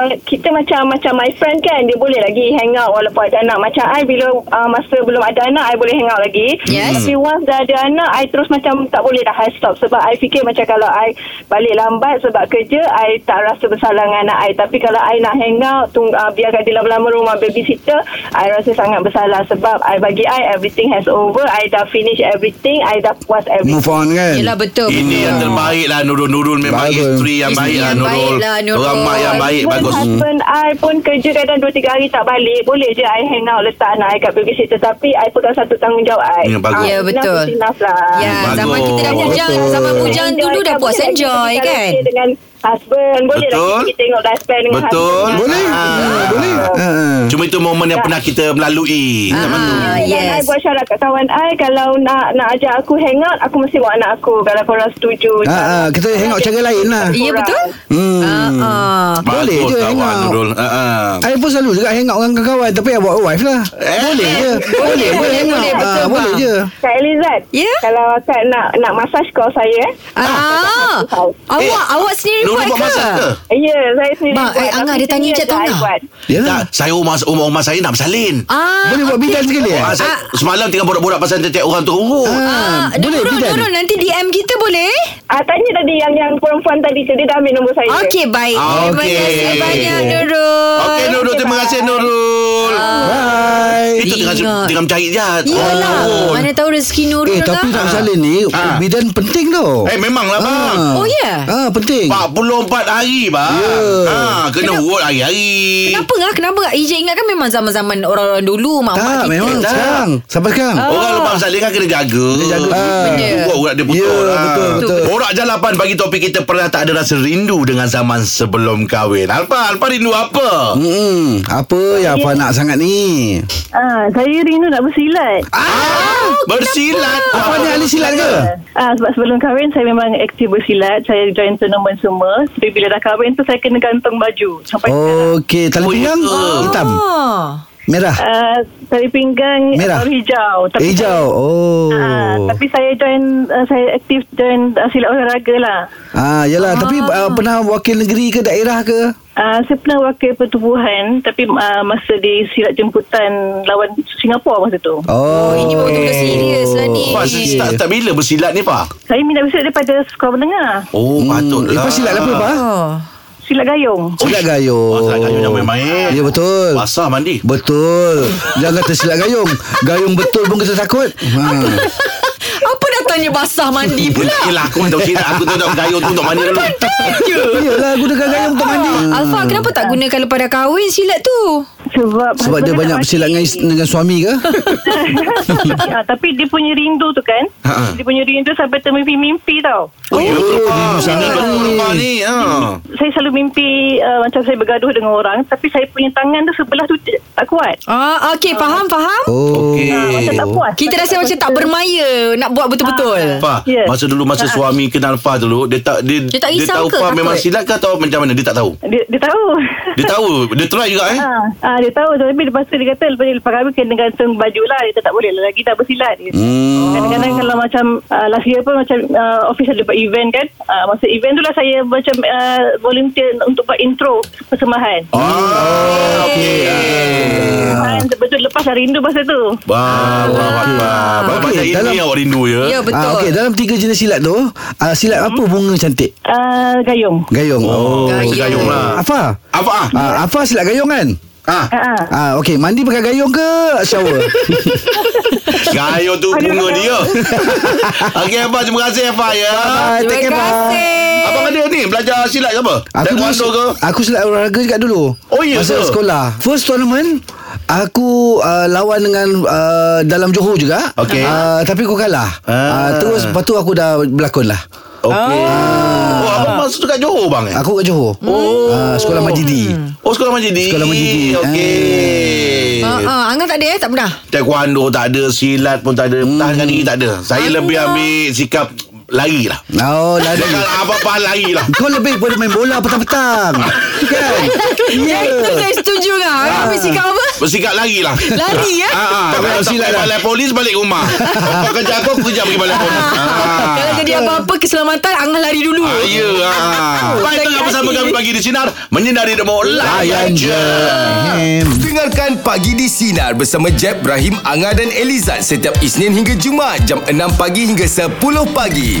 [SPEAKER 7] Uh, kita macam macam my friend kan dia boleh lagi hang out walaupun ada anak macam I bila uh, masa belum ada anak I boleh hang out lagi
[SPEAKER 3] Yes.
[SPEAKER 7] tapi once dah ada anak I terus macam tak boleh dah I stop sebab I fikir macam kalau I balik lambat sebab kerja I tak rasa bersalah dengan anak I tapi kalau I nak hang out tung, uh, biarkan dia lama-lama rumah babysitter I rasa sangat bersalah sebab I bagi I everything has over I dah finish everything I dah puas everything
[SPEAKER 4] Move on kan.
[SPEAKER 3] Yelah betul
[SPEAKER 2] Ini yang terbaik lah Nurul Nurul memang
[SPEAKER 4] Bagus.
[SPEAKER 2] isteri yang
[SPEAKER 3] Isteri
[SPEAKER 2] baik lah
[SPEAKER 3] yang
[SPEAKER 2] Nurul
[SPEAKER 3] baik lah, Nurul.
[SPEAKER 2] Orang mak yang baik
[SPEAKER 7] Even
[SPEAKER 2] Bagus
[SPEAKER 7] husband I pun kerja kadang 2-3 hari tak balik Boleh je I hang out Letak anak I kat babysitter Tapi I pegang satu tanggungjawab I
[SPEAKER 2] Ya, bagus.
[SPEAKER 7] Ah,
[SPEAKER 3] Ya, betul.
[SPEAKER 7] Enough is enough lah
[SPEAKER 3] Ya, zaman
[SPEAKER 2] Bagus.
[SPEAKER 3] kita dah bujang
[SPEAKER 4] Oh, Betul.
[SPEAKER 3] Zaman bujang
[SPEAKER 7] Enjoy
[SPEAKER 3] dulu dah
[SPEAKER 7] kan,
[SPEAKER 3] puas
[SPEAKER 7] boleh lagi
[SPEAKER 3] enjoy
[SPEAKER 7] kita
[SPEAKER 3] kan
[SPEAKER 7] karaoke Dengan husband Boleh lah
[SPEAKER 2] Betul.
[SPEAKER 7] kita pergi tengok last band dengan
[SPEAKER 2] Betul
[SPEAKER 7] husband
[SPEAKER 4] Boleh? Ya,
[SPEAKER 2] Ah.
[SPEAKER 4] Boleh. Ha.
[SPEAKER 2] Cuma itu momen yang pernah kita melalui Zaman tu
[SPEAKER 3] Ah,
[SPEAKER 7] Dan I
[SPEAKER 3] yes
[SPEAKER 7] buat syarat kat kawan I Kalau nak nak ajak aku hang out Aku mesti bawa anak aku Kalau korang setuju
[SPEAKER 4] Ha, ha, kita hang out cara lain lah.
[SPEAKER 3] Ya betul
[SPEAKER 4] Hmm.
[SPEAKER 3] Ah, ah.
[SPEAKER 4] Boleh
[SPEAKER 2] Bagus
[SPEAKER 4] je
[SPEAKER 2] kawan
[SPEAKER 4] hang out.
[SPEAKER 2] Nurul Ah, ah.
[SPEAKER 3] Eh,
[SPEAKER 4] I pun selalu juga hang out dengan kawan Tapi I buat wife lah
[SPEAKER 2] Eh?
[SPEAKER 4] Boleh je
[SPEAKER 3] boleh,
[SPEAKER 4] boleh hang
[SPEAKER 3] boleh,
[SPEAKER 4] out
[SPEAKER 3] betul,
[SPEAKER 4] Ah,
[SPEAKER 3] bang.
[SPEAKER 4] Boleh je
[SPEAKER 7] Kak Elizad
[SPEAKER 3] Ya?
[SPEAKER 7] Kalau akak nak nak massage kau saya eh
[SPEAKER 3] Ah, awak awak sendiri
[SPEAKER 2] Nurul
[SPEAKER 3] buat
[SPEAKER 2] buat
[SPEAKER 3] ke?
[SPEAKER 2] masak ke?
[SPEAKER 7] Ya, saya sendiri
[SPEAKER 3] Mak,
[SPEAKER 7] buat.
[SPEAKER 3] eh, Angah,
[SPEAKER 7] Tapi
[SPEAKER 3] dia tanya
[SPEAKER 7] sini
[SPEAKER 3] Encik
[SPEAKER 7] ada
[SPEAKER 3] Tana.
[SPEAKER 7] I buat.
[SPEAKER 4] Yelah
[SPEAKER 2] Tak, saya rumah rumah, rumah saya nak bersalin.
[SPEAKER 3] Ah,
[SPEAKER 4] Boleh buat bidan sekali eh
[SPEAKER 2] Ah, saya, semalam tengah borak-borak pasal tiap orang tu. Oh,
[SPEAKER 3] ah,
[SPEAKER 4] Ah,
[SPEAKER 3] Nurul,
[SPEAKER 4] Boleh bidan
[SPEAKER 3] Nurul nanti DM kita boleh?
[SPEAKER 7] Ah, tanya tadi yang yang perempuan tadi tu dia dah ambil nombor saya.
[SPEAKER 3] Okey, baik.
[SPEAKER 2] Ah,
[SPEAKER 3] Terima
[SPEAKER 2] okey.
[SPEAKER 3] kasih banyak Nurul.
[SPEAKER 2] Okey Nurul, terima kasih Nurul.
[SPEAKER 4] Bye
[SPEAKER 2] Itu tengah
[SPEAKER 3] Ah. Ingat.
[SPEAKER 2] tengah mencari jahat.
[SPEAKER 3] Iyalah,
[SPEAKER 2] Oh,
[SPEAKER 3] mana tahu rezeki Nurul
[SPEAKER 4] Eh tapi
[SPEAKER 3] lah.
[SPEAKER 4] tak salah ni
[SPEAKER 2] Ah.
[SPEAKER 4] Bidan penting tau
[SPEAKER 2] Eh memanglah bang.
[SPEAKER 3] Oh, ya?
[SPEAKER 4] Ah penting
[SPEAKER 2] 44 hari bang.
[SPEAKER 4] Ya.
[SPEAKER 2] Ha, kena
[SPEAKER 3] Kenapa-
[SPEAKER 2] work
[SPEAKER 4] Eh.
[SPEAKER 2] hari-hari.
[SPEAKER 3] Kenapa ngah? Kenapa ngah? Ijat ingat kan memang zaman-zaman orang-orang dulu mak-mak
[SPEAKER 4] Tak
[SPEAKER 3] kita.
[SPEAKER 4] memang
[SPEAKER 2] tak.
[SPEAKER 4] sekarang Sampai sekarang
[SPEAKER 2] Orang lepas salin kan kena jaga. Kena
[SPEAKER 4] Oh. jaga Ah.
[SPEAKER 3] benda.
[SPEAKER 2] Urat dia putus.
[SPEAKER 4] Ya,
[SPEAKER 2] Yeah,
[SPEAKER 4] betul, betul.
[SPEAKER 2] Borak jalapan bagi topik kita pernah tak ada rasa rindu dengan zaman sebelum kahwin. Alfa, Alfa rindu apa?
[SPEAKER 4] Hmm, apa yang apa nak sangat ni?
[SPEAKER 7] Ah, saya rindu nak bersilat.
[SPEAKER 2] Ah, bersilat.
[SPEAKER 4] Apa ni ahli silat ke?
[SPEAKER 7] Ah, sebab sebelum kahwin saya memang aktif bersilat. Saya join tournament semua. Tapi bila dah kahwin tu saya kena gantung baju. Sampai
[SPEAKER 4] Okey, tali
[SPEAKER 2] Oh,
[SPEAKER 4] pinggang
[SPEAKER 2] ya ke?
[SPEAKER 4] hitam,
[SPEAKER 3] Ah.
[SPEAKER 4] merah,
[SPEAKER 7] Ah, tali pinggang
[SPEAKER 4] Merah.
[SPEAKER 7] atau hijau. Tapi
[SPEAKER 4] hijau. Oh.
[SPEAKER 7] Ah, tapi saya join ah, saya aktif join ah, silat olahraga lah.
[SPEAKER 4] Ah, yalah, tapi ah, pernah wakil negeri ke daerah ke?
[SPEAKER 7] Uh, saya pernah wakil pertubuhan tapi uh, masa di silat jemputan lawan Singapura masa tu.
[SPEAKER 4] Oh,
[SPEAKER 3] ini betul-betul serius lah ni.
[SPEAKER 2] Pak, start, start bila bersilat ni, Pak?
[SPEAKER 7] Saya minat bersilat daripada sekolah menengah.
[SPEAKER 2] Oh,
[SPEAKER 4] Hmm,
[SPEAKER 2] patutlah.
[SPEAKER 4] Eh, silat apa, Pak?
[SPEAKER 3] Oh.
[SPEAKER 7] Silat gayung.
[SPEAKER 4] Silat gayung.
[SPEAKER 2] Oh, silat gayung yang main-main.
[SPEAKER 4] Ya, betul.
[SPEAKER 2] Basah mandi.
[SPEAKER 4] Betul. Jangan kata silat gayung. Gayung betul pun kita takut. Ha.
[SPEAKER 3] Apa dah tanya basah mandi pula?
[SPEAKER 2] Yelah, aku tak silat. Aku tak tahu gayung tu untuk mana dulu.
[SPEAKER 4] Yalah, gunakan gayung untuk mandi. Hmm.
[SPEAKER 3] Alfa Ah. kenapa tak gunakan lepas dah kahwin silat tu?
[SPEAKER 7] Sebab
[SPEAKER 4] Sebab dia banyak bersilat dengan, is-
[SPEAKER 7] [LAUGHS]
[SPEAKER 4] [LAUGHS] dengan suami ke?
[SPEAKER 7] ha, Tapi dia punya rindu tu kan
[SPEAKER 2] Ha.
[SPEAKER 7] Dia punya rindu sampai termimpi-mimpi tau
[SPEAKER 2] Oh, ya, betul, Pak.
[SPEAKER 4] rindu sangat.
[SPEAKER 2] Ini betul, Pak, ni. Ha.
[SPEAKER 4] Oh.
[SPEAKER 7] Saya selalu mimpi uh, Macam saya bergaduh dengan orang Tapi saya punya tangan tu sebelah tu tak kuat
[SPEAKER 3] Ah, okey faham faham.
[SPEAKER 4] Oh.
[SPEAKER 2] Okey.
[SPEAKER 3] Ah,
[SPEAKER 7] Macam tak puas
[SPEAKER 3] Kita rasa macam tak bermaya nak buat betul-betul Betul.
[SPEAKER 4] Ah.
[SPEAKER 2] Fah,
[SPEAKER 7] Ya.
[SPEAKER 2] masa dulu masa
[SPEAKER 4] Ha.
[SPEAKER 2] suami kenal Fah dulu, dia tak dia,
[SPEAKER 3] Dia tak
[SPEAKER 2] dia
[SPEAKER 3] risau
[SPEAKER 2] tahu
[SPEAKER 3] ke,
[SPEAKER 2] Fah memang
[SPEAKER 3] takut?
[SPEAKER 2] silap ke atau macam mana dia tak tahu.
[SPEAKER 7] Dia, dia tahu. [LAUGHS]
[SPEAKER 2] Dia tahu, dia try juga eh.
[SPEAKER 4] Ha.
[SPEAKER 7] Ah, ah, dia tahu tapi lepas tu dia kata lepas, lepas kahwin kena gantung baju lah dia kata tak boleh lah lagi tak bersilat dia. Hmm. Kadang-kadang kalau macam uh, last year pun macam uh, office ada buat event kan uh, masa event tu lah saya macam uh, volunteer untuk buat intro persembahan.
[SPEAKER 2] Ah, okey.
[SPEAKER 7] Persembahan betul lepas lah rindu masa tu.
[SPEAKER 2] Allahu akbar.
[SPEAKER 4] Okey,
[SPEAKER 2] Macam ini
[SPEAKER 4] dalam-
[SPEAKER 2] awak rindu ya.
[SPEAKER 3] Ya betul.
[SPEAKER 4] Ah, okey, dalam tiga jenis silat tu, ah, silat apa bunga cantik?
[SPEAKER 7] Uh, gayung.
[SPEAKER 4] Gayung.
[SPEAKER 2] Oh,
[SPEAKER 3] Gayung.
[SPEAKER 2] gayung lah.
[SPEAKER 4] Afa.
[SPEAKER 2] Apa ah?
[SPEAKER 4] Ah, Afa silat gayung kan?
[SPEAKER 2] Ah,
[SPEAKER 7] Ah.
[SPEAKER 4] Ah, okey, mandi pakai gayung ke shower?
[SPEAKER 2] gayung
[SPEAKER 4] [LAUGHS]
[SPEAKER 2] tu bunga dia. [LAUGHS] Okey apa, terima kasih apa ya.
[SPEAKER 4] Bye, Ah, take
[SPEAKER 3] Terima
[SPEAKER 4] care, bye.
[SPEAKER 3] kasih.
[SPEAKER 2] Abang ada ni belajar silat ke apa?
[SPEAKER 4] Aku dulu,
[SPEAKER 2] Taekwondo ke?
[SPEAKER 4] aku silat olahraga juga dulu.
[SPEAKER 2] Oh, ya
[SPEAKER 4] Masa
[SPEAKER 2] ke?
[SPEAKER 4] sekolah. First tournament, aku uh, lawan dengan uh, dalam Johor juga.
[SPEAKER 2] Okey.
[SPEAKER 4] Uh, tapi aku kalah.
[SPEAKER 2] Ah.
[SPEAKER 4] Ah. Uh, terus lepas tu aku dah berlakon lah.
[SPEAKER 2] Okey. Oh, abang masa tu kat Johor bang eh?
[SPEAKER 4] Ah. Aku kat Johor. Oh. Uh, sekolah Majidi.
[SPEAKER 2] Oh, sekolah majidi.
[SPEAKER 4] Sekolah eh. majidi.
[SPEAKER 2] Okey.
[SPEAKER 3] Ah, ah, Angah tak ada eh? Tak pernah?
[SPEAKER 2] Taekwondo tak ada Silat pun tak ada hmm. Tahankan diri tak ada Saya lebih ambil sikap Lari lah
[SPEAKER 4] Oh, lari.
[SPEAKER 2] Dia kalau apa-apa lari lah
[SPEAKER 4] Kau lebih pada main bola
[SPEAKER 2] [LAUGHS]
[SPEAKER 4] petang-petang. kan? Ya.
[SPEAKER 3] Itu saya setuju Eh, kan
[SPEAKER 4] Ah.
[SPEAKER 3] Angah ambil sikap apa?
[SPEAKER 2] Bersikap lari lah
[SPEAKER 3] Lari ya?
[SPEAKER 2] Ah, ah,
[SPEAKER 4] Tak
[SPEAKER 2] kalau
[SPEAKER 4] payah
[SPEAKER 2] tak
[SPEAKER 4] silat
[SPEAKER 2] pergi
[SPEAKER 4] dah.
[SPEAKER 2] balai polis balik rumah. Kau kerja aku, aku kerja pergi balai polis. Ah.
[SPEAKER 3] [LAUGHS] Kalau jadi apa-apa keselamatan Angah lari dulu
[SPEAKER 2] Ah, ya. Ah. Baik tengah bersama kami pagi di Sinar. Menyinari demo. Layan
[SPEAKER 4] Layan
[SPEAKER 2] je. Ah.
[SPEAKER 4] je.
[SPEAKER 1] Dengarkan Pagi di Sinar bersama Jeb, Ibrahim, Anga dan Elizad setiap Isnin hingga Jumaat jam 6 pagi hingga 10 pagi.